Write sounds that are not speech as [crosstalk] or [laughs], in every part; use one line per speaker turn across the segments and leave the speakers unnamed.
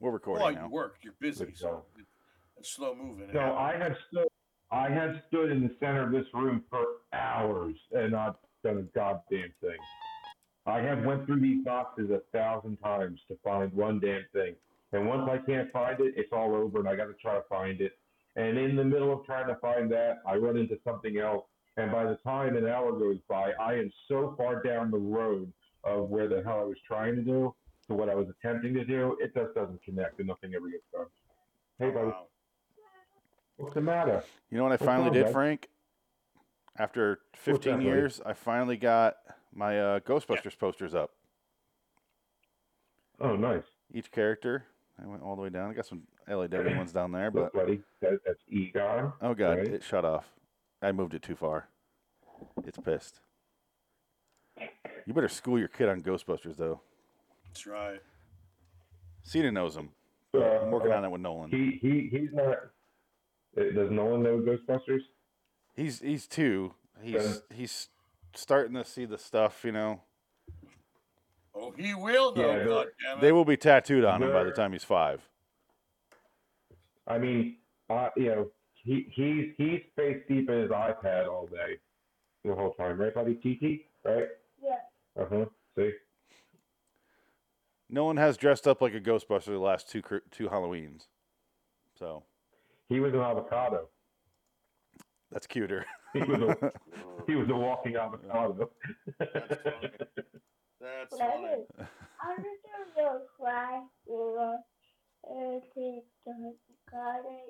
We're recording
Well,
now.
you work, you're busy,
Good
so
job.
it's slow moving.
So I have stood, I have stood in the center of this room for hours and not done a goddamn thing. I have went through these boxes a thousand times to find one damn thing, and once I can't find it, it's all over, and I got to try to find it. And in the middle of trying to find that, I run into something else, and by the time an hour goes by, I am so far down the road of where the hell I was trying to do to what I was attempting to do, it just doesn't connect, and nothing ever gets done. Hey, buddy,
Wow.
what's the matter?
You know what I
What's
finally
wrong,
did,
bud?
Frank? After
that,
15
buddy?
years, I finally got my uh, Ghostbusters posters up.
Oh, nice.
Each character, I went all the way down. I got some LAW ones down there, but
Look, buddy, that, that's Egon.
oh god,
Right.
it shut off. I moved it too far. It's pissed. You better school your kid on Ghostbusters though.
That's right.
Cena knows him.
Uh,
I'm working
uh,
on it with Nolan.
He he he's not. uh, Does Nolan know Ghostbusters?
He's he's two. He's he's starting to see the stuff. You know,
Oh, he will
Yeah,
though,
they're-
God damn
they
it.
will be tattooed on him by the
Where-
time he's five.
I mean, uh, you know, he he's he's face deep in his iPad all day, the whole time, right, buddy? Tiki, right? Yeah. Uh huh. See,
Nolan has dressed up like a Ghostbuster the last two cr- two Halloweens, so
he was an avocado.
that's cuter. [laughs]
He was a [laughs] he was a walking avocado. [laughs]
That's funny. That's funny.
Brother, I'm just gonna go cry or uh, take the garden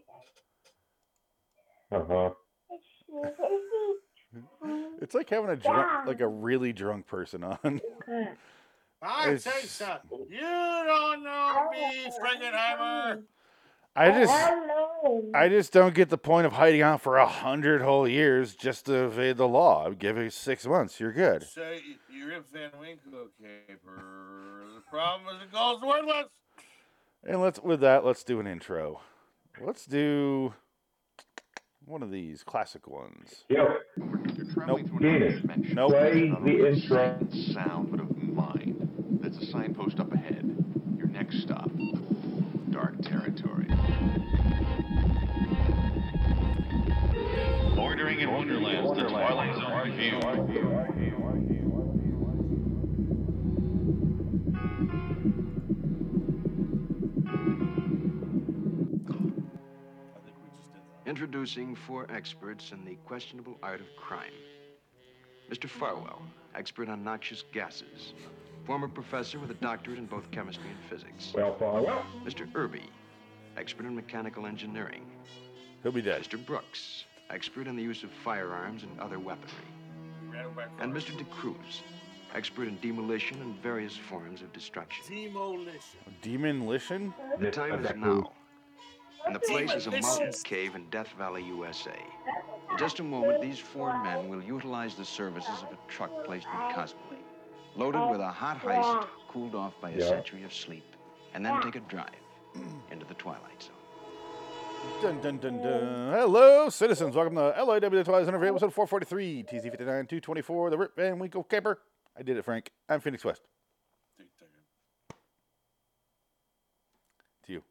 uh huh.
and sneeze.
it's like having a drunk, like a really drunk person on.
I
It's-
say something. You don't
Oh,
know me, Frankenheimer.
I just
Hello.
I just don't get the point of hiding out for a hundred whole years just to evade the law. I'd give it six months. You're good.
Say you're in Van Winkle caper. The problem is it goes wordless.
And let's with that, let's do an intro. Let's do one of these classic ones.
Yo,
You're traveling
Nope.
through an
Venus.
alternate dimension.
Nope.
Play
Not
the
only of
intro.
sight and Sound, but of mind. That's a signpost up ahead. Your next stop, dark territory.
Bordering in Wonderland, the Twilight Zone review.
I think we just did that.
Introducing four experts in the questionable art of crime. Mr. Farwell, expert on noxious gases, former professor with a doctorate in both chemistry and physics.
well, far well.
Mr. Irby, expert in mechanical engineering.
He'll be dead.
Mr. Brooks, expert in the use of firearms and other weaponry.
We ran it back
And
first.
Mr. DeCruz, expert in demolition and various forms of destruction.
Demolition.
Demolition?
Yeah,
The time is
that's cool.
now, and the place is a mountain
Delicious.
cave in Death Valley, USA. In just a moment, these four men will utilize the services of a truck placed in Cosmoly, loaded with a hot heist cooled off by a
Yeah.
century of sleep, and then take a drive into the Twilight Zone.
Dun, dun, dun, dun. Hello, citizens. Welcome to LIW The Twilight Zone Review, episode 443, TZ 59, 224, The Rip Van Winkle Camper. I did it, Frank. I'm Phoenix West.
Take- take it.
To you.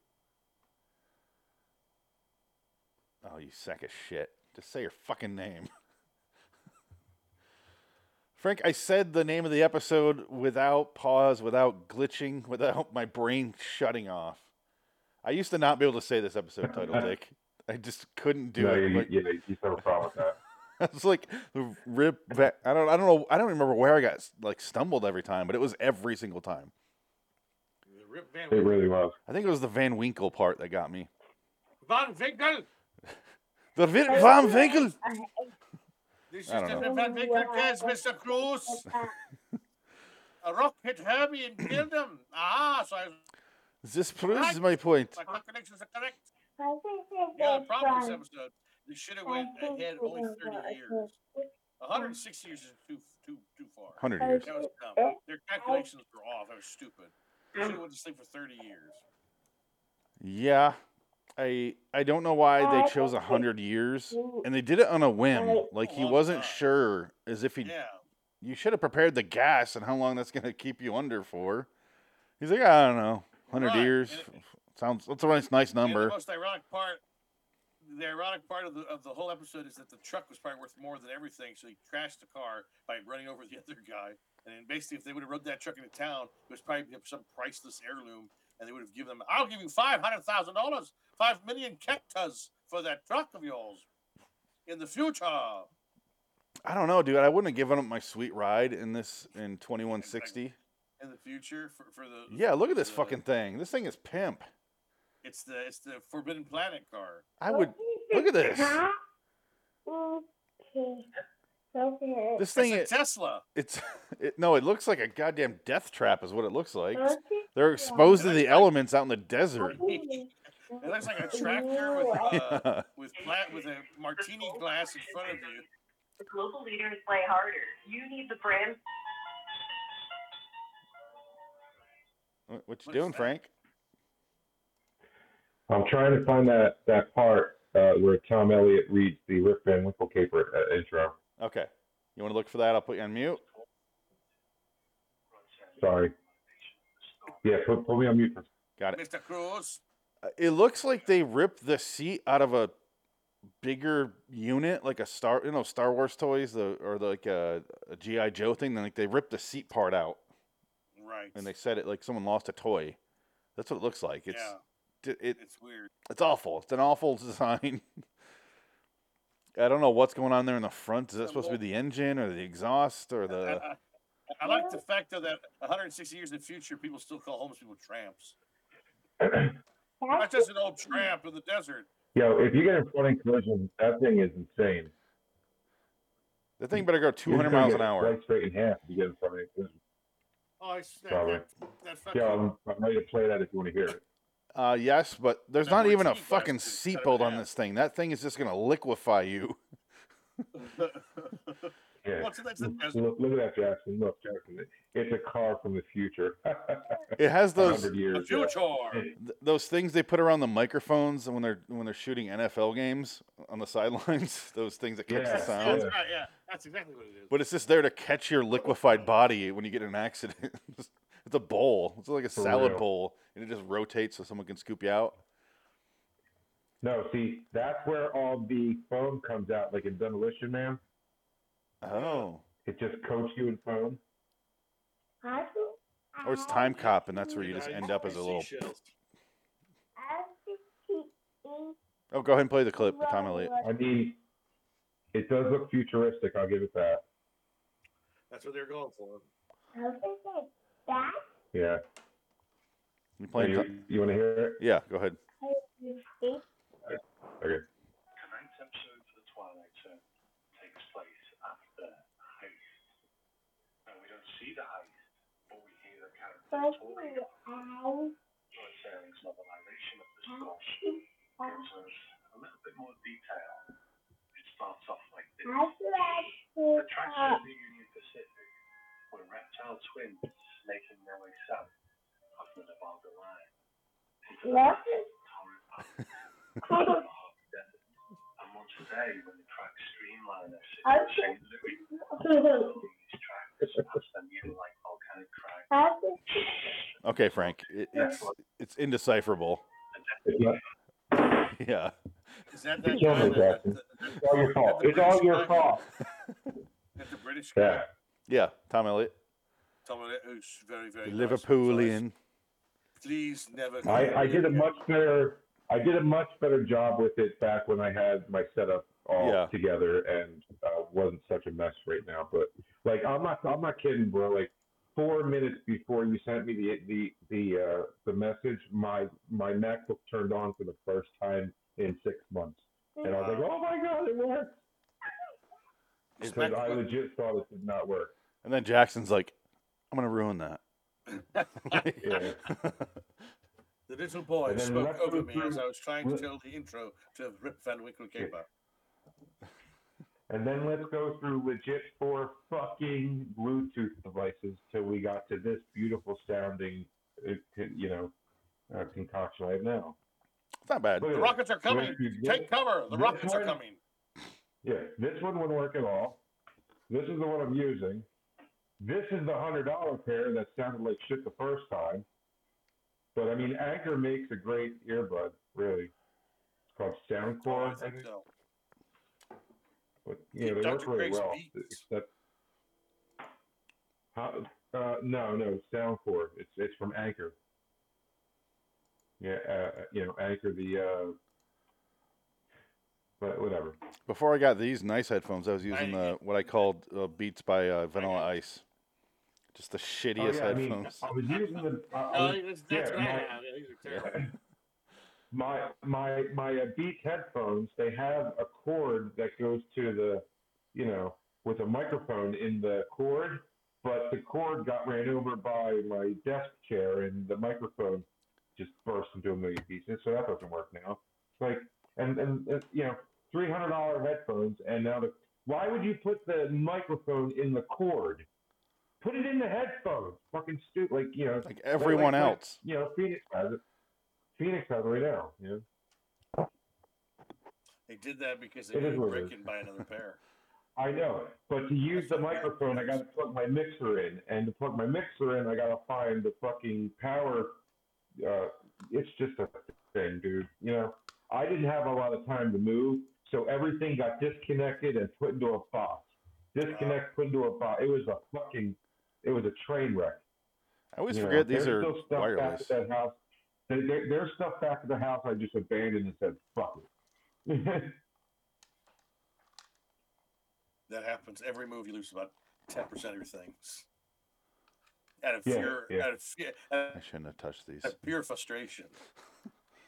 Oh, you sack of shit. Just say your fucking name. [laughs] Frank, I said the name of the episode without pause, without glitching, [laughs] without my brain shutting off. I used to not be able to say this episode
[laughs]
title, Dick. I just couldn't do
no,
it.
you,
Like-
you, you have a problem with that.
[laughs] I was like the rip. va- I don't. I don't know. I don't remember where I got s- like stumbled every time, but it was every single time.
The Rip Van
It
Winkle.
really was.
I think it was the Van Winkle part that got me.
Van Winkle.
The Vi- Van Winkle.
This is
I
the
don't
know.
Van Winkle case, Mr. Cruz. A rock hit Herbie and killed him. Ah, so I,
This proves my point.
my connections are correct.
I think that
Yeah, the
that's
problem with
fine.
this episode, they should have
I
went
think
ahead
we
only
know what I
thirty years.
did.
hundred and sixty years is too too too far.
Hundred years.
That was dumb. Their calculations were off. That was stupid. Should have went to sleep for thirty years.
Yeah, I I don't know why they chose a hundred years, and they did it on a whim. Like he wasn't sure, as if he.
Oh, Yeah.
You should have prepared the gas and how long that's gonna keep you under for. He's like, I don't know, hundred
Right.
years.
And
Sounds that's a nice, nice
And
number.
the most ironic part, the ironic part of the of the whole episode is that the truck was probably worth more than everything, so he crashed the car by running over the [laughs] other guy. And then basically, if they would have rode that truck into town, it was probably some priceless heirloom, and they would have given them, "I'll give you five hundred thousand dollars, five million kektas for that truck of yours." In the future,
I don't know, dude. I wouldn't have given up my sweet ride in this in 2160.
in the future, for, for the
Yeah, look at this
the-
fucking thing. This thing is pimp.
It's the it's the Forbidden Planet car.
I would look at this.
Okay. Okay.
This
It's
thing
a
it,
Tesla.
it's it, no, it looks like a goddamn death trap is what it looks like.
Okay.
They're exposed to the elements out in the desert. [laughs]
It looks like a tractor with uh, with pla- with a martini glass in front of
[laughs]
you.
If local leaders play harder, you need the brand.
What, what you
What is
doing,
that?
Frank?
I'm trying to find that, that part uh, where Tom Elliott reads the Rip Van Winkle caper uh, intro.
Okay. You want to look for that? I'll put you on mute.
Sorry. Yeah, put, put me on mute.
Got it.
Mr. Cruz,
Uh, It looks like they ripped the seat out of a bigger unit, like a Star, you know, Star Wars toys, the or like a, a GI Joe thing. Then like they ripped the seat part out
right?
and they said it like someone lost a toy. That's what it looks like. It's
yeah,
d- it,
it's weird.
it's awful. It's an awful [laughs] design. I don't know what's going on there in the front. Is that supposed to be the engine or the exhaust or the?
I, I like the fact though that 160 years in the future, people still call homeless people tramps. That's just an old tramp in the desert.
[clears throat] Yo, if you get in front of collision, that thing is insane.
That thing better go
You're
200
gonna
miles
get
an hour.
Right straight in half if you get in front of a collision.
Oh, I s- that,
Probably.
that, that fucking,
Yeah, um,
[laughs]
I'm, I'm ready to play that if you want to hear it.
Uh, yes, but there's
Now,
not even a
martini glass
fucking
is cut in
seatbelt on
half.
this thing. That thing is just gonna liquefy
[laughs]
you.
Yeah. Mm-hmm.
Well, so that's the desert.
Look, look at that, Jackson. Look, Jackson. It's a car from the future. [laughs]
It has those
100
The
years. yeah.
future.
th- those things they put around the microphones when they're when they're shooting NFL games on the sidelines. [laughs] Those things that catch
Yeah.
the
That's,
sound.
that's right. Yeah, that's exactly what it is.
But it's just there to catch your liquefied body when you get in an accident. [laughs] it's a bowl. It's like a salad
real.
bowl, and it just rotates so someone can scoop you out.
No, see, that's where all the foam comes out, like in Demolition Man.
Oh,
It just coats you in foam.
or it's time cop, and that's where you just
Yeah,
end up as a little.
seashells.
Oh, go ahead and play the clip, Tom Elliott.
I mean, it does look futuristic. I'll give it that.
That's what they're going for.
Yeah.
You playing?
you,
Tom-
you want to hear it?
Yeah, go ahead.
Okay.
Tonight's episode of The Twilight Zone takes place after a heist. Now, we don't see the heist, but we hear the character talking about Joy Sailing's novelization of the
Mm-hmm.
story. Gives us a little bit more detail. It starts off like this. The tragedy of the Union Pacific were reptile twins making their way south of the Nevada line. Into the
Love
massive torrent path across the hot desert. And once a day, when the tracks streamline their city of
Okay.
St. Louis, along these tracks past their needle-like volcanic crags,
Okay, Frank. It, it's it's indecipherable. [laughs]
It's, not,
Yeah.
Is that
You
that
killed
guy
me,
that,
Jackson.
that- that-
it's all your fault. It's all your fault.
that the British guy?
Yeah.
Yeah, Tom Elliott,
Someone who's very, very nice.
Liverpoolian.
Please never.
I, I did a much better. I did a much better job with it back when I had my setup all
Yeah.
together and uh, wasn't such a mess right now. But like, I'm not. I'm not kidding, bro. Like four minutes before you sent me the the the uh, the message, my my MacBook turned on for the first time in six months, and I was like, oh my god, it worked. Because I legit thought it did not work.
And then Jackson's like, I'm gonna ruin that. [laughs]
Yeah.
The little boy
And then
spoke
let's
over
go
me
through-
as I was trying to
let-
tell the intro to Rip Van Winkle Caper.
And then let's go through legit four fucking Bluetooth devices till we got to this beautiful sounding, uh, con- you know, uh, concoction I have now.
It's not bad.
Look at
The
this.
rockets are coming.
Went through this-
Take cover. The
this
rockets are
one-
coming.
Yeah, this one wouldn't work at all. This is the one I'm using. This is the hundred dollar pair that sounded like shit the first time. But I mean, Anchor makes a great earbud, really. It's called
Oh, I
SoundCloud, I
think
think.
so.
But yeah, they
Dr.
work really
Craig's
well.
Beats.
Except, how, uh, no, no, it's Soundcore. It's it's from Anchor. Yeah, uh, you know, Anchor the, uh, but whatever.
Before I got these nice headphones, I was using
I-
the what I called uh, Beats by uh, Vanilla Ice. Just the shittiest
oh, yeah, I mean,
headphones.
I was using the. I, I
No,
was-
that's, that's what
yeah,
I
my-
have. Yeah, These are terrible.
my my my uh, Beats headphones, they have a cord that goes to the, you know, with a microphone in the cord, but the cord got ran over by my desk chair, and the microphone just burst into a million pieces. So that doesn't work now. It's like, and and, and you know, three hundred dollar headphones, and now the why would you put the microphone in the cord? Put it in the headphones. Fucking stupid. Like you know,
Like everyone
like-
else.
you know, Phoenix has it. Phoenix has it right now. You know.
They did that because they
It is
were
what it is.
breaking by another pair.
I know it. But to use the microphone, I got to plug my mixer in. And to plug my mixer in, I got to find the fucking power. Uh, it's just a thing, dude. You know, I didn't have a lot of time to move. So everything got disconnected and put into a box. Disconnect, put into a box. It was a fucking, it was a train wreck.
I always
you know.
forget these
There's
are
still stuff
wireless.
Back at that house. There, there- there's stuff back at the house I just abandoned and said, fuck it. [laughs]
That happens every move. You lose about ten percent of your things. Out of
Yeah,
fear,
yeah.
out of fear, out
I shouldn't have touched these.
of pure frustration.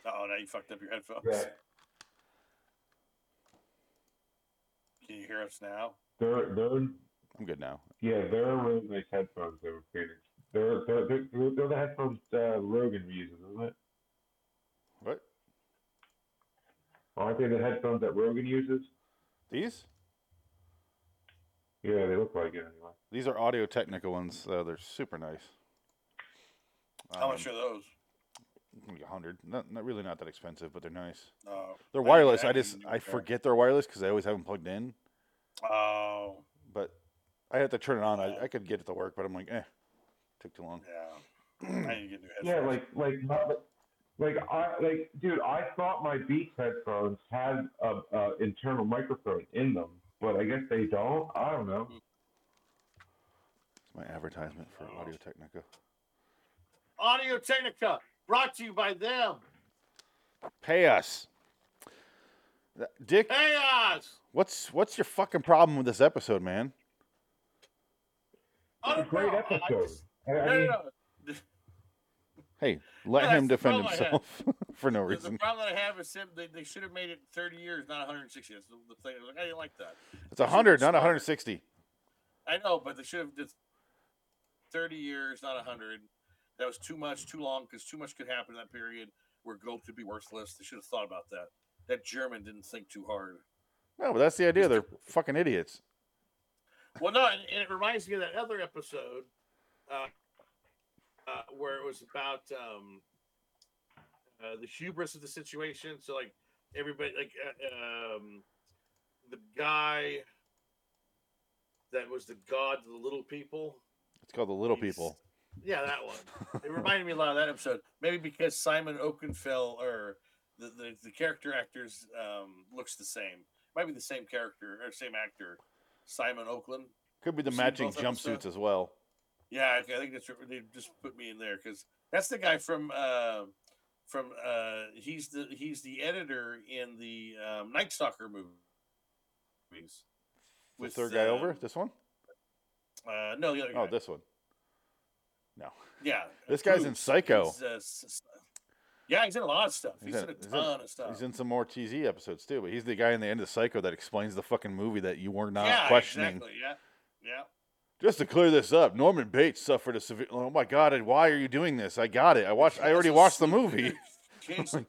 Oh, now you fucked up your headphones.
yeah.
Can you hear us now?
They're, they're,
I'm good now.
Yeah, they're really nice headphones though, Phoenix. They're they're they're, they're the headphones uh, Rogan uses, isn't it?
What?
Aren't they Oh, the headphones that Rogan uses?
These?
Yeah, they look like it anyway.
These are Audio Technica ones. Uh, they're super nice. Um,
How much are those?
A hundred. Not, not really not that expensive, but they're nice.
Oh,
They're
I-
wireless.
I
I
haven't
just
even
I
tried.
forget they're wireless because I always have them plugged in.
oh,
But I have to turn it on. I, I could get it to work, but I'm like, eh, took too long.
yeah. [clears throat] I need to get new headphones.
Yeah, like like not like I like dude, I thought my Beats headphones had a, a internal microphone in them, but I guess they don't. I don't know.
It's my advertisement for
Oh.
Audio Technica.
Audio Technica brought to you by them.
Pay us, Th- Dick.
Chaos.
What's what's your fucking problem with this episode, man?
I don't
Great
know. Oh, I
episode.
just,
I, I
no, no,
mean,
no.
Hey, let
Yeah,
him
that's the
defend
problem I had.
himself [laughs] for no
The, [laughs] the
reason.
problem that I have is Sim, they, they should have made it 30 years, not 160. That's the, the thing. I was like, I didn't like that.
It's a hundred, not
smarter.
hundred sixty.
I know, but they should have just 30 years, not 100. That was too much, too long, because too much could happen in that period where gold could be worthless. They should have thought about that. That German didn't think too hard.
No, but that's the idea. They're fucking idiots.
Well, no, and, and it reminds me of that other episode uh, uh, where it was about um, uh, the hubris of the situation. So, like everybody, like uh, um, the guy that was the god of the little people.
It's called the little
He's-
people.
Yeah, that one. It reminded me a lot of that episode. Maybe because Simon Oakenfell or the, the, the character actors um, looks the same. Might be the same character or same actor, Simon Oakland.
Could be the
Seen
matching
both episodes?
jumpsuits as well.
Yeah, I I think that's they just put me in there because that's the guy from uh, from uh, he's the he's the editor in the um, Night Stalker movies.
The third guy over.
um,
This one?
Uh, no, the other guy.
Oh, this one.
yeah,
This guy's in
Cruz.
Psycho.
He's, uh, s- s- yeah, he's in a lot of stuff. He's,
He's
in,
in-
a
he's in-
ton of stuff.
He's in some more TZ episodes too, but he's the guy in the end of Psycho that explains the fucking movie that you were not
yeah,
questioning.
exactly. Yeah, yeah.
[laughs] Just to clear this up, Norman Bates suffered a severe. Oh my god! and Why are you doing this? I got it. I watched. I
He's
already
a
watched the
schizo-
movie. [laughs]
schizo-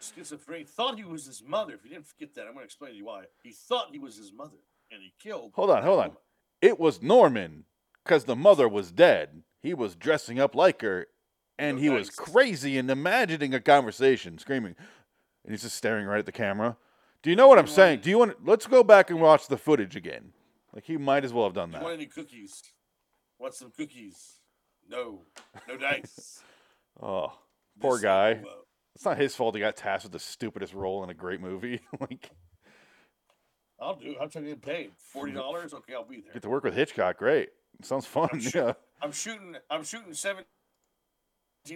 Schizophrenic thought he was his mother. If you didn't forget that, I'm going to explain to you why. He thought he was his mother, and he killed.
Hold on,
that
hold on.
woman.
It was Norman, because the mother was dead. He was dressing up like her, and
No
he was
dice.
crazy and imagining a conversation, screaming, and he's just staring right at the camera. Do you know what I'm
You
saying?
wanted-
Do you want? Let's go back and watch the footage again. Like he might as well have done
Do
that.
[laughs]
you want any cookies? Want some cookies? No, no dice. uh,
Oh, poor guy. It's not his fault he got tasked with the stupidest role in a great movie. [laughs] like,
I'll do. it. I'm trying to get paid forty dollars. Okay, I'll be there.
get to work with Hitchcock. Great. Sounds [laughs] fun. Yeah.
I'm shooting. I'm shooting seventeen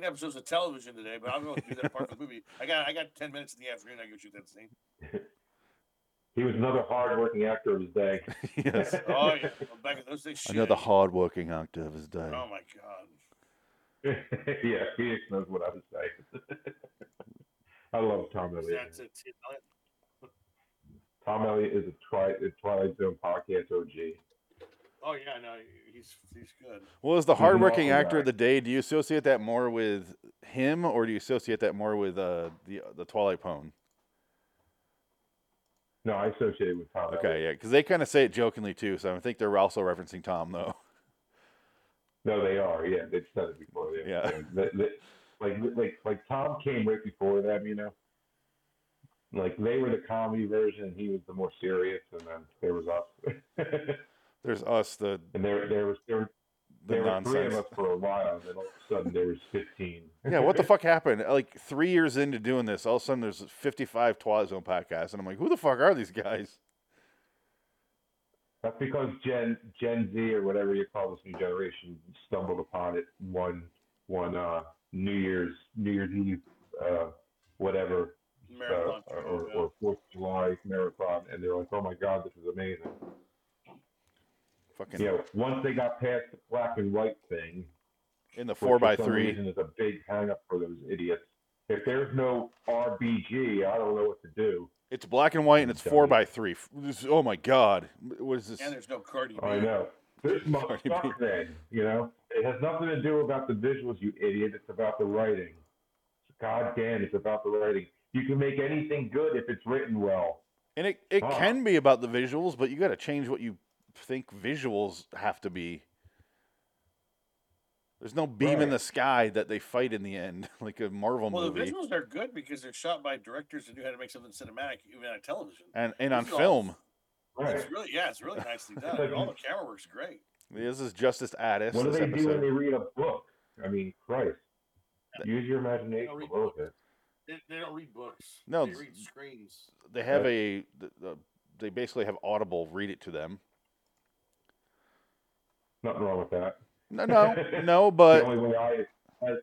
episodes of television today, but I'm going to do that part of the movie. I got. I got ten minutes in the afternoon. I can shoot that scene.
He was another hard-working actor of his
[laughs]
day.
yes.
Oh yeah, I'm back at those days. Shit.
Another hardworking actor of his day.
Oh my god.
[laughs] yeah, Phoenix knows what I was saying. [laughs] I love Tom Elliott.
That's it.
Tom Elliott is a Twilight, a Twilight Zone podcast OG.
Oh yeah, no, he's he's good.
Well,
[laughs]
as the
He's an
hardworking
awesome
actor of
guy.
the day, do you associate that more with him, or do you associate that more with uh, the the Twilight Pone?
No, I associate it with Tom.
Okay,
Elliott.
yeah, because they kind of say it jokingly too. So I think they're also referencing Tom though. [laughs]
No, they are. Yeah, they've said it before. They,
Yeah.
they- they- like like like Tom came right before them, you know. Like they were the comedy version, and he was the more serious, and then there was us, [laughs]
There's us, the
and there there was there, were-
the
there were three of
nonsense.
us for a while, and then all of a sudden there was fifteen.
yeah, what the fuck happened? Like three years into doing this, all of a sudden there's 55 Twilight Zone podcasts, and I'm like, who the fuck are these guys?
That's because Gen Gen Z or whatever you call this new generation stumbled upon it one one uh New Year's New Year's Eve uh whatever uh,
Marathon.
or, or Fourth of July marathon, and they're like, "Oh my God, this is amazing!"
Fucking
You know, once they got past the black and white thing,
in the
which
four
for
by
some
three.
reason is a big hang up for those idiots. If there's no RBG, I don't know what to do.
It's black and white, and it's four
Dummy.
by three. F- this- Oh my god, what is this?
and there's no Cardi B.
I know. This
Sorry, B.
motherfucker thing, you know, it has nothing to do about the visuals, you idiot. It's about the writing. God damn, it's about the writing. You can make anything good if it's written well.
And it, it
Fuck.
can be about the visuals, but you got to change what you think visuals have to be. There's no beam in
Right.
the sky that they fight in the end, [laughs] like a Marvel
Well, the
movie,
visuals are good because they're shot by directors that knew how to make something cinematic, even on television.
and and on
This is all-
film.
Right.
It's really, yeah, it's really
[laughs]
nicely done. and all the camera work's great.
This is Justice Addis.
What do
this
they do when
episode.
they read a book? I mean, Christ. Use your imagination
Don't read
a little bit.
They, they don't read books.
No,
they
th-
read screens.
They have a the, the, they basically have Audible read it to them.
Nothing wrong with that.
No, no,
[laughs]
no,
the
but
only way I, I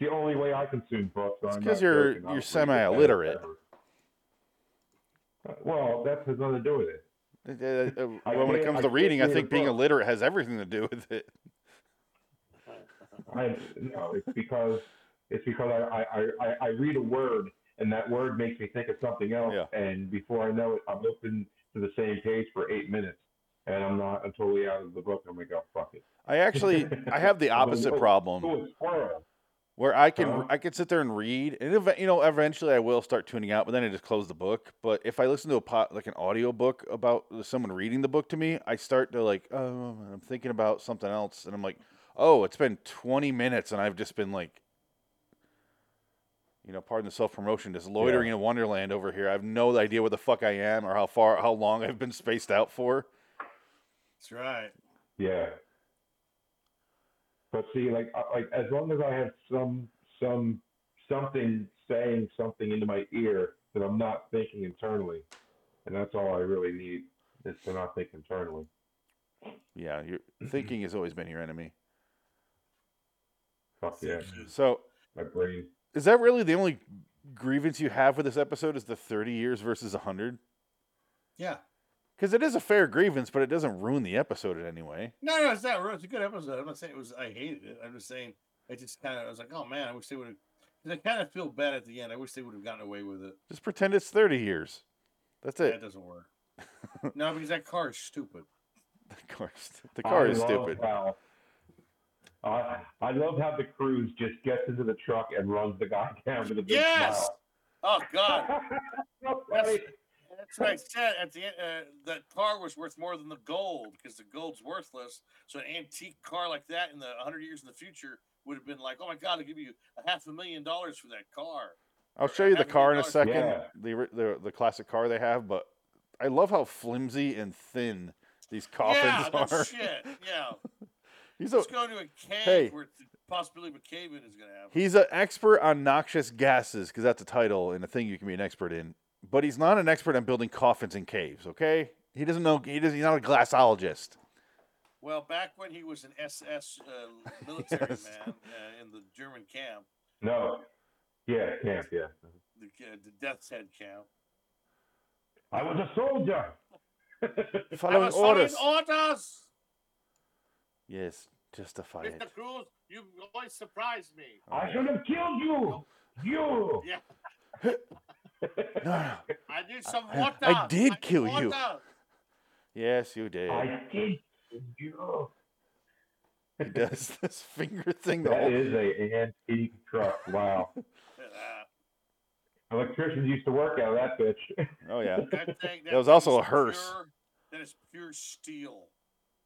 the only way I consume books.
It's
I'm
'cause
not
you're-
joking,
you're
I'll read it
semi-illiterate.
ever. Uh, Well, that has nothing to do with it.
uh, uh,
I
when it
can't-
comes to
I can't
reading, I
read a
think being
book.
illiterate has everything to do with it.
I no, it's because it's because I, I, I, I read a word and that word makes me think of something else
Yeah.
and before I know it I'm open to the same page for eight minutes and I'm not I'm totally out of the book. I'm like, oh fuck it.
I actually I have
[laughs]
the
I'm like,
opposite
"Oh,
problem.
Oh, it's squirrel.
where I can
Uh-huh.
I can sit there and read, and if, you know, eventually I will start tuning out, but then I just close the book. But if I listen to a pot like an audio book about someone reading the book to me, I start to like, oh, I'm thinking about something else, and I'm like, oh, it's been 20 minutes, and I've just been like, you know, pardon the self promotion, just loitering in Wonderland over here. I have no idea where the fuck I am or how far, how long I've been spaced out for.
That's right.
Yeah. But see, like, I- like as long as I have some, some, something saying something into my ear that I'm not thinking internally, and that's all I really need is to not think internally.
Yeah, your thinking has always been your enemy.
Fuck yeah,
So
my brain.
Is that really the only grievance you have with this episode? Is the thirty years versus hundred?
Yeah.
Because it is a fair grievance, but it doesn't ruin the episode in any way.
No, no, it's not. real. It's a good episode. I'm not saying it was. I hated it. I'm just saying I just kind of. I was like, oh man, I wish they would have. I kind of feel bad at the end. I wish they would have gotten away with it.
Just pretend it's thirty years. That's
That
it.
doesn't work. no, because that car is stupid.
[laughs] The car, is stu- the car
I
is
love
stupid.
How, I I love how the cruise just gets into the truck and runs the guy [laughs] down with a big
Yes!
smile.
Oh God,
So
That's-
funny.
that's what I said at the end. Uh, that car was worth more than the gold because the gold's worthless. So an antique car like that in the 100 years in the future would have been like, oh my God, I'll give you a half a million dollars for that car.
I'll show you the
Have a
car in a
good
second.
Yeah.
The, ri- the the classic car they have, but I love how flimsy and thin these coffins
yeah,
are. [laughs]
that's shit. Yeah,
He's a,
let's go to a cave
hey,
where the possibility McCaven is going to have.
He's an expert on noxious gases because that's a title and a thing you can be an expert in. But he's not an expert on building coffins in caves. Okay, he doesn't know. He doesn't. He's not a glassologist.
Well, back when he was an SS uh, military
Yes.
man uh, in the German camp,
No. Yeah, camp, yeah.
the, uh, the death's head camp.
I was a soldier.
I
Following
was following
orders.
orders.
Yes, justify it.
[laughs] Mr. Cruz, you always surprise me.
I should have killed you. You.
Yeah,
No, no.
I need some
I-
water.
I did
need
kill you.
water.
Yes, you did.
I did kill you.
He does [laughs] this finger thing. The
That
whole...
is a antique truck. Wow.
Yeah,
Electricians used to work out of that bitch. [laughs]
Oh yeah.
[laughs] that thing,
That was
thing
also
is
a hearse.
pure- that is pure steel.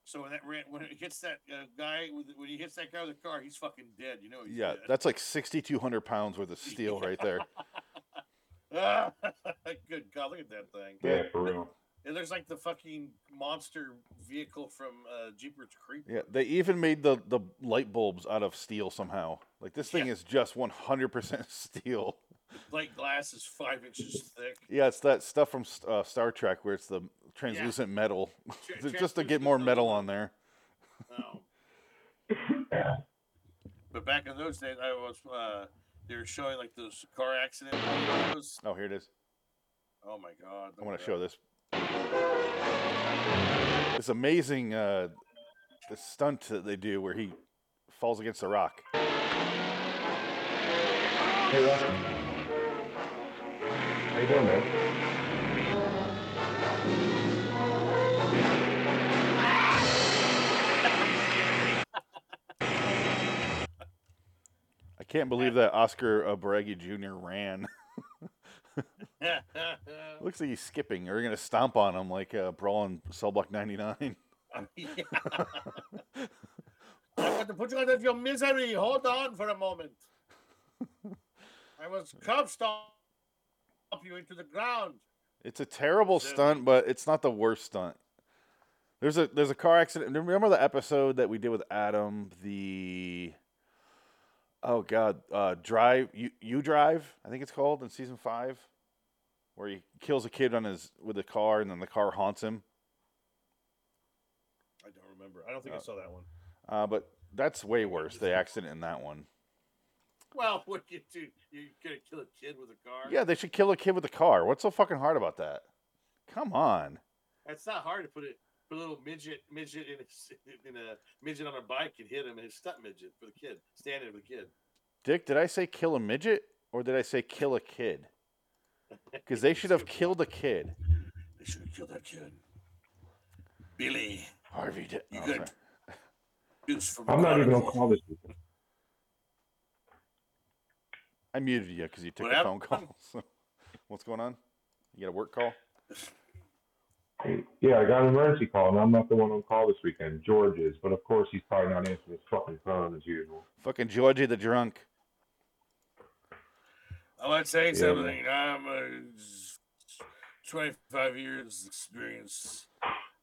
So when that ran, when it hits that uh, guy, with- when he hits that guy with the car, he's fucking dead. You know he's
Yeah,
dead.
that's like 6,200 pounds worth of steel right there.
Ah, [laughs] Good God, look at that thing.
Yeah, for real.
It looks like the fucking monster vehicle from uh, Jeepers Creepers.
Yeah, they even made the, the light bulbs out of steel somehow. Like this thing
Yeah.
is just 100% steel.
Like glass is five inches thick.
Yeah, it's that stuff from S- uh, Star Trek where it's the translucent metal,
Tra-
[laughs] just to
translucent
get more metal
metal.
on there.
Oh. but back in those days, I was uh, they were showing like those car accident videos.
Oh, here it is.
Oh my God!
I want to show this. This amazing uh, the stunt that they do where he falls against a rock.
Hey, Russ. How you doing, man?
I can't believe that Oscar uh, Baraghi Jr. ran. [laughs]
that.
Looks like he's skipping. They're gonna stomp on him like uh, brawling cell block ninety nine.
I'm going to put you out of your misery. Hold on for a moment. I
[laughs]
was curb stomp you into the ground.
It's a terrible
Is it-
stunt, but it's not the worst stunt. There's a there's a car accident. Remember the episode that we did with Adam? The oh god, uh, drive you you drive. I think it's called in season five, where he kills a kid on his with a car, and then the car haunts him.
I don't remember. I don't think I saw that one.
Uh, but that's way worse. The accident in that one.
Well, [laughs] what you do? You're gonna kill a kid with a car?
Yeah, they should kill a kid with a car. What's so fucking hard about that? Come on.
That's not hard to put it. Put a little midget, midget in a, in a midget on a bike and hit him and his stunt midget for the kid standing for the kid.
Dick, did I say kill a midget or did I say kill a
[laughs]
kid? Because they should have killed a kid.
They should have killed that kid. Billy,
Harvey did.
You
oh,
good?
sorry.
dude's from
I'm not even going to
Carnival.
call this.
I muted you because you took
What
a phone
happened?
call. So. What's going on? You got a work call?
Yeah, I got an emergency call, and I'm not the one on call this weekend. George is, but of course he's probably not answering his fucking phone as usual.
Fucking Georgie the drunk.
I want to tell you
Yeah.
something. I'm a 25 years experience.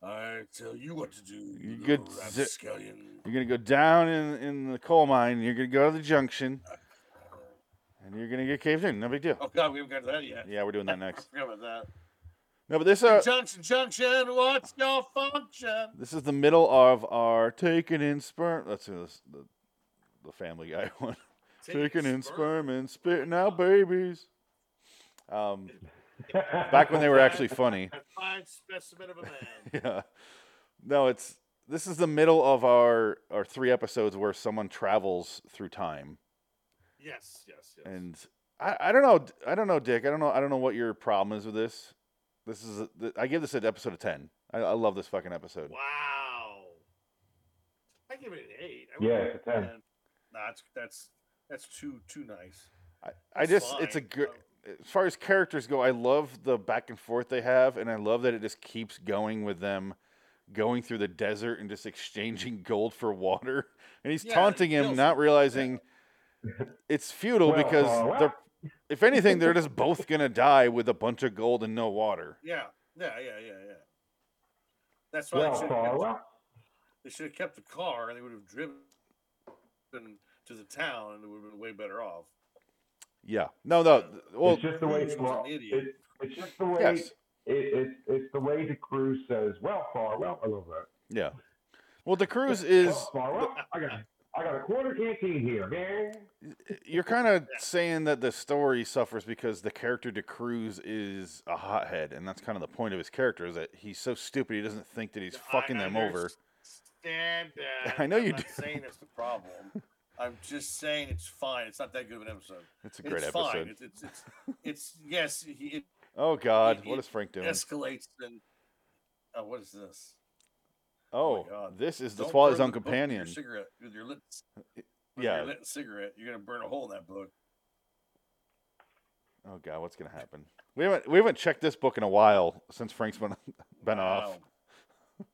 I tell you what to do.
You
little
good zi-
rapscallion.
You're gonna go down in, in the coal mine. You're gonna go to the junction, and you're gonna get caved in. No big deal.
Oh God, we haven't got to that yet.
Yeah, we're doing that next.
I forgot about that.
No, but this uh,
Junction, junction. What's your function?
This is the middle of our taken in sperm. Let's see this the, the Family Guy [laughs] one. Taking in sperm and spitting out babies. Um, [laughs] back when they were actually funny. [laughs]
A fine specimen of a man. [laughs]
Yeah. No, it's this is the middle of our our three episodes where someone travels through time,
yes, yes, yes.
and I, I don't know I don't know Dick I don't know I don't know what your problem is with this. This is a- th- I give this an episode of ten. I, I love this fucking episode.
wow. I give it an eight. I
Yeah,
wouldn't
it's
give it
a
an
10.
ten. Nah, that's that's that's too too nice.
I, I
It's
just it's a
fine,
good
um,
as far as characters go, I love the back and forth they have, and I love that it just keeps going with them going through the desert and just exchanging [laughs] gold for water. And he's
Yeah, and
taunting
it
him,
kills
not realizing it's futile
Well,
because
uh, well. [laughs]
they're, if anything, they're just both gonna die with a bunch of gold and no water.
Yeah, yeah, yeah, yeah, yeah. That's why
[laughs] Well,
[laughs]
they should have kept, they
Carl,
should have kept the car and they would have driven to the town, and it would have been way better off.
Yeah. No, no. th- Well,
it's just the way
Cruz was
well,
an idiot.
it, it's just the way
yes.
it, it, it's the way the crew says well Farwell I love that
Yeah. Well, the cruise is
well, Farwell I got I got a quarter canteen here man
you're kind of saying that the story suffers because the character de Cruz is a hothead, and that's kind of the point of his character is that he's so stupid he doesn't think that he's fucking them over.
Stand
[laughs] I know
I'm
you
not
do.
saying it's the problem. I'm just saying it's fine. It's not that good of an episode.
It's a great
Fine.
episode.
It's, it's, it's, it's yes, he-
[laughs]
it
Oh God, what
it
is Frank doing?
escalates and oh, what is this?
oh,
God.
this is the
Don't
Twilight
burn
Zone
book with
companion.
Your cigarette with your lips. With
Yeah.
your lit cigarette. You're gonna burn a hole in that book.
Oh God, what's gonna happen? We haven't we haven't checked this book in a while since Frank's been [laughs] been off.
Wow.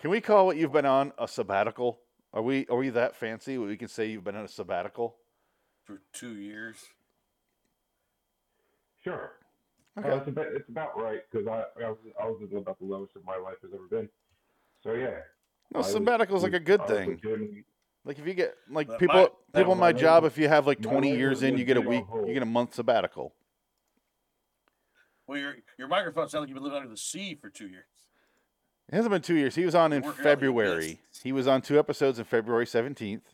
Can we call what you've been on a sabbatical? Are we are we that fancy? We can say you've been on a sabbatical.
for two years.
sure
Okay.
Uh, it's, about, it's about right because I, I was I was at about the lowest of my life has ever been so yeah
no,
I was-
sabbatical's like a good
I was
thing.
legitimately-
Like if you get like
But
people
my-
people in my
my-
job, if you have like
my
twenty
life
years
was
in,
a
you get a
big
week,
old
you get a month sabbatical.
Well, your your microphone sounds like you've been living under the sea for two years.
It hasn't been two years. He was on in
Work out your
February. He was on two episodes in February seventeenth.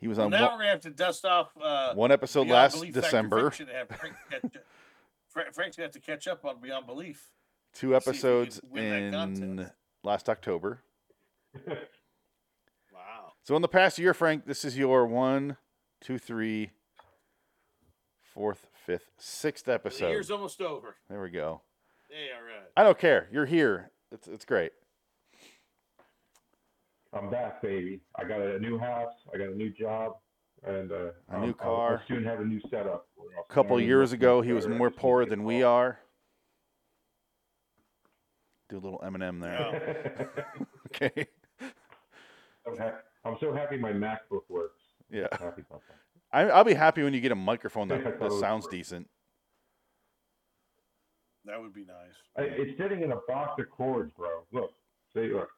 He was
Well,
on
now
one,
we're gonna have to dust off. Uh,
one episode
Beyond
last
Belief Fact or
December,
Fiction and have Frank
[laughs]
catch up. Fra- Frank's gonna have to catch up on Beyond Belief.
two
if we can
episodes
win that
in
contest.
last October.
[laughs] Wow.
So in the past year, Frank, this is your one, two, three, fourth, fifth, sixth
the
episode.
year's almost over.
There we go.
Hey, all right.
I don't care. You're here. It's it's great.
I'm back, baby. I got a new house. I got a new job, and uh,
A
I'll-
new
I'll-
car.
I'll soon have a new setup. uh,
A couple years ago, he was
[laughs]
more poor than we are. Do a little Eminem there. [laughs] Okay.
I'm, ha- I'm so happy my MacBook works.
Yeah.
Happy about that.
I, I'll be happy when you get a microphone
Yeah, I
that,
thought it
that
was
sounds
worth
decent.
That would be nice.
I, it's sitting in a box of cords, bro. Look, see, look.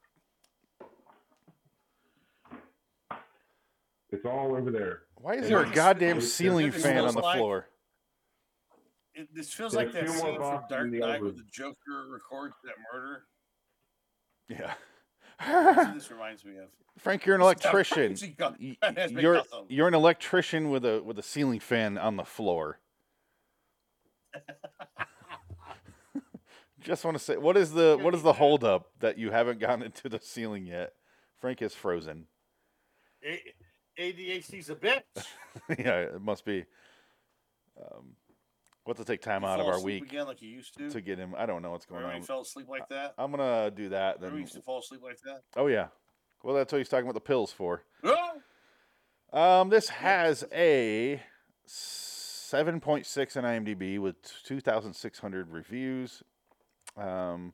It's all over there.
Why is
Yeah.
there a
It's-
goddamn
it's-
ceiling
it's
fan on the
almost
[laughs]
like-
floor?
It, this feels
There's
like that
two more
scene from
boxes
Dark
in the
Knight
other
where
room.
the Joker records that
[laughs]
murder.
Yeah.
That's what this reminds me of.
[laughs] Frank, you're an
This is how
electrician.
crazy God- [laughs]
Y-
has been
You're
nothing.
you're an electrician with a with a ceiling fan on the
[laughs]
floor. Just want to say, what is the what is the holdup that you haven't gotten [laughs] into the ceiling yet? Frank is frozen.
ADHD's a bitch.
[laughs] yeah, it must be. Um, we'll have to take time
You
out of
fall
our
asleep
week
again like you used to.
to get him. I don't know what's going
Remember
on.
you fell asleep like that?
I'm gonna do that
Remember
then.
you used to fall asleep like that?
Oh yeah. Well, that's what he's talking about the pills for.
Oh!
Um, this has a 7.6 on IMDb with 2,600 reviews. Um,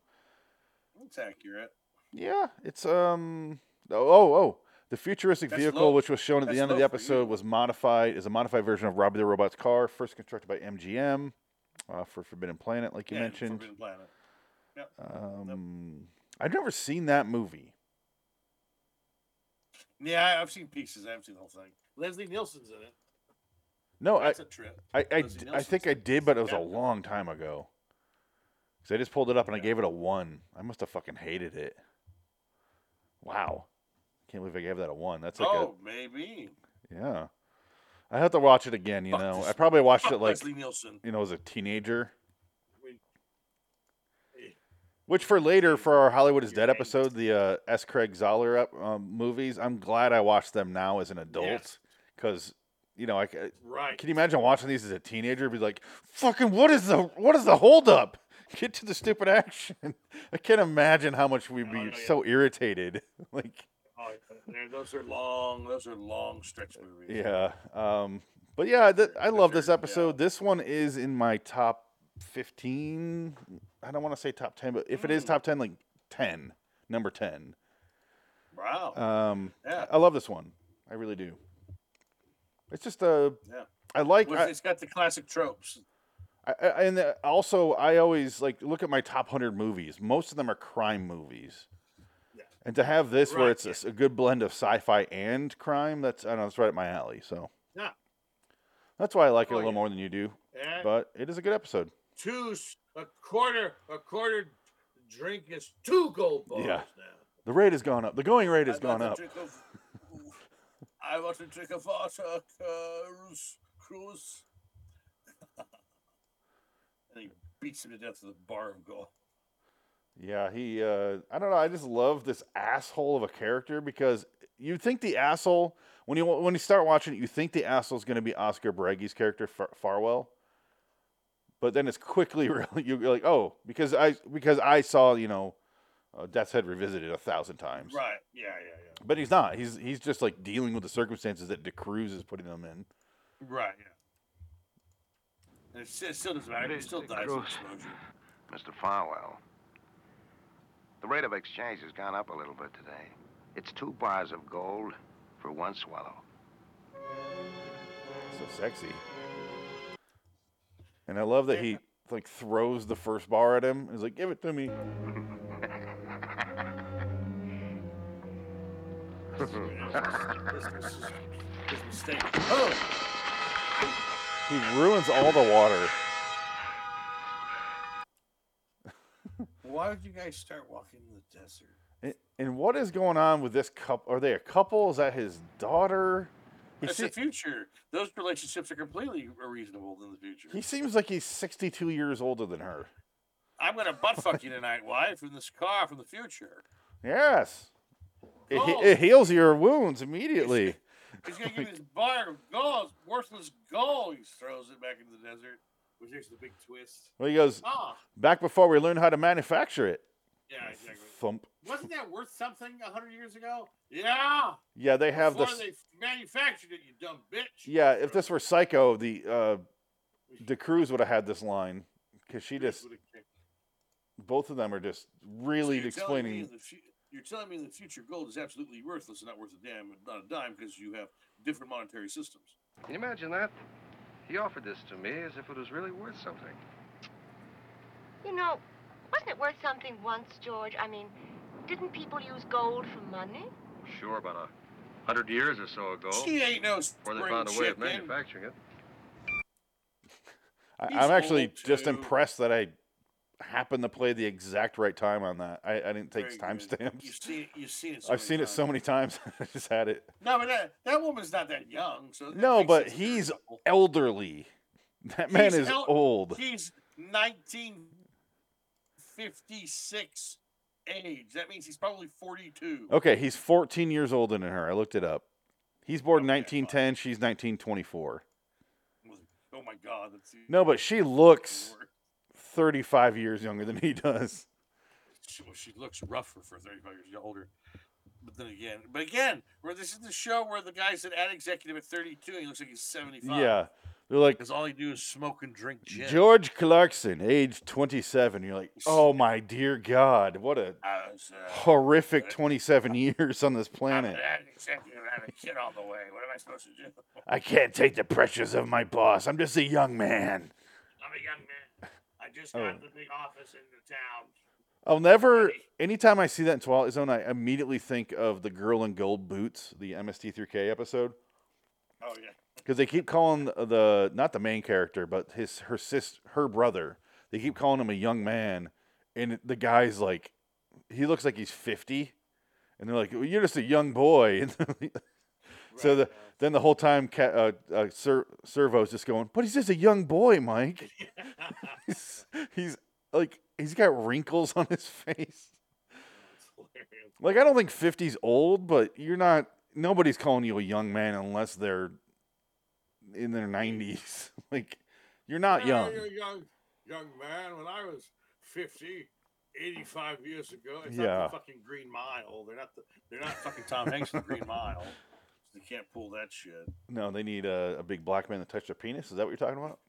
That's accurate.
yeah, it's um. Oh, oh, oh. The futuristic
That's
vehicle,
low.
which was shown at
That's
the end of
low
the
for
episode,
you.
was modified is a modified version of Robbie the Robot's car, first constructed by MGM uh, for Forbidden Planet, like you
Yeah,
mentioned.
Forbidden Planet.
Um, I've never seen that movie.
Yeah, I- I've seen pieces. I haven't seen the whole thing. Leslie Nielsen's in it.
No, I,
That's a trip.
I, I,
Leslie
d- I
Nielsen's
think I
in it.
did, but it was a
Yeah.
long time ago. Because I just pulled it up and I gave it a one. I must have fucking hated it. Wow. Can't believe I gave that a one. That's like
oh, maybe.
a. Yeah. I have to watch it again, you
Fuck
know.
this-
I probably watched
[laughs] Fuck
it like,
Leslie Nielsen.
you know, as a teenager.
We- Eh.
Which for later, for our Hollywood is
You're
Dead
right.
episode, the uh, S. Craig Zoller up, um, movies, I'm glad I watched them now as an adult. Because, you know, I, c-
Right.
Can you imagine watching these as a teenager? Be like, fucking, what is the what is the holdup? Get to the stupid action. [laughs] I can't imagine how much we'd be
Oh, yeah.
so irritated. [laughs] like,
Oh, there- those are long. Those are long stretch movies.
yeah. Um, but yeah, th- I love this
Sure, yeah.
episode. This one is in my top fifteen. I don't want to say top ten, but if it is
Mm.
top ten, like ten, number ten.
Wow.
Um,
yeah.
I love this one. I really do. It's just a.
Yeah.
I like.
Well,
I-
it's got the classic tropes.
I, I- and uh, also I always like look at my top 100 movies. Most of them are crime movies. And to have this where
Right,
it's a, s- a good blend of sci-fi and crime, that's I don't know, it's right up my alley. So
Yeah.
that's why I like it a
Oh,
little
yeah.
more than you do.
And
But it is a good episode.
two, s- a quarter, a quarter drink is two gold bars
Yeah.
now.
The rate has gone up. The going rate has
I'd
gone
like to
up.
drink of- I want to drink a vodka cruise. cruise. [laughs] and he beats him to death with a bar of gold.
Yeah, he. Uh, I don't know. I just love this asshole of a character because you think the asshole when you when you start watching it, you think the asshole is going to be Oscar Bragy's character Far- Farwell, but then it's quickly [laughs] real you're like, oh, because I because I saw you know, uh, Death's Head revisited a thousand times,
Right. Yeah, yeah, yeah.
but he's not. He's he's just like dealing with the circumstances that DeCruz is putting them in.
Right, yeah. And it, still- it still doesn't matter. He still
Mr.
dies of
Cruz.
exposure.
Mr. Farwell. The rate of exchange has gone up a little bit today. It's two bars of gold for one swallow.
So sexy. And I love that he like throws the first bar at him. He's like, give it to me.
This, this is his mistake. Oh!
He ruins all the water.
Why would you guys start walking in the desert?
And, and what is going on with this couple? Are they a couple? Is that his daughter? He,
It's
se-
the future. Those relationships are completely reasonable in the future.
he seems like he's 62 years older than her.
I'm gonna butt fuck you tonight, wife, in this car from the future.
Yes. It, he-
Oh.
it heals your wounds immediately.
He's gonna give me this bar of gold, worthless gold. He throws it back into the desert. Which here's the big twist.
Well, he goes,
Ah,
back before we learned how to manufacture it.
yeah, exactly.
Thump.
Wasn't that worth something a hundred years ago? Yeah.
Yeah, they have
Before
this.
they manufactured it, you dumb bitch.
Yeah, if this were Psycho, the uh, DeCruz would have had this line because she just, both of them are just really
you're telling
explaining.
me in the fu- you're telling me in the future gold is absolutely worthless and not worth a damn, not a dime, because you have different monetary systems.
Can you imagine that? He offered this to me as if it was really worth something.
You know, wasn't it worth something once, George? I mean, didn't people use gold for money?
Sure, about a hundred years or so ago.
She ain't no
Before
spring
they found a way of
chicken.
manufacturing it.
I,
He's
I'm actually
old,
just
too.
impressed that I happened to play the exact right time on that. I, I didn't take
Very good. You've
timestamps.
seen it. You've seen it.
[laughs]
So
I've seen it so
times.
many times. [laughs] I just had it.
No, but that, that woman's not that young. So that
No,
makes
but
sense to
he's
her.
elderly. That man
He's
is
el-
old.
He's 1956 age. That means he's probably 42.
Okay, he's 14 years older than her. I looked it up. He's born in
Okay, fine.
1910. She's 1924.
Oh my God. That's even
No, but she looks
worse.
35 years younger than he [laughs] does.
She, well, she looks rougher for 35 years older. But then again, but again, where this is the show where the guy's an ad executive at 32 and he looks like he's 75.
Yeah. They're like,
Because all he do is smoke and drink gin.
George Clarkson, age 27. You're like, oh my dear God, what a
I was, uh,
horrific 27 years on this
I'm
planet.
an ad executive. I had a kid all the way. What am I supposed to do?
I can't take the pressures of my boss. I'm just a young man.
I'm a young man. I just
Oh.
got the big office in the town.
I'll never, anytime I see that in Twilight Zone, I immediately think of the girl in gold boots, the MST3K episode,
Oh yeah.
because they keep calling the- the not the main character, but his her sis, her brother. They keep calling him a young man, and the guy's like, he looks like he's fifty, and they're like, well, "You're just a young boy." [laughs] And so the, then the whole time, Ca uh, uh, Ser- Servo's just going, "But he's just a young boy,
[laughs]
Mike." he's, he's like he's got wrinkles on his face. Like I don't think 50's old, but you're not nobody's calling you a young man unless they're in their 90s. [laughs] Like you're not young.
You're a young, young man. When I was 50, 85 years ago, it's not
Yeah.
the fucking Green Mile. They're not the, They're not fucking Tom Hanks in the Green Mile. They can't pull that shit.
No, they need a, a big black man to touch their penis. Is that what you're talking about?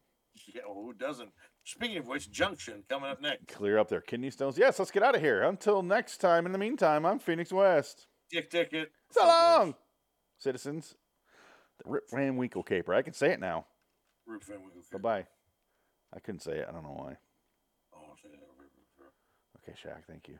Yeah, well, who doesn't? Speaking of which, Junction coming up next.
Clear up their kidney stones. Yes, let's get out of here. Until next time, in the meantime, I'm Phoenix West.
Dick Ticket.
So long, citizens. The Rip Van Winkle caper. I can say it now.
Rip Van Winkle.
Bye bye. I couldn't say it. I don't know why.
Oh, I'll say that.
Okay, Shaq, thank you.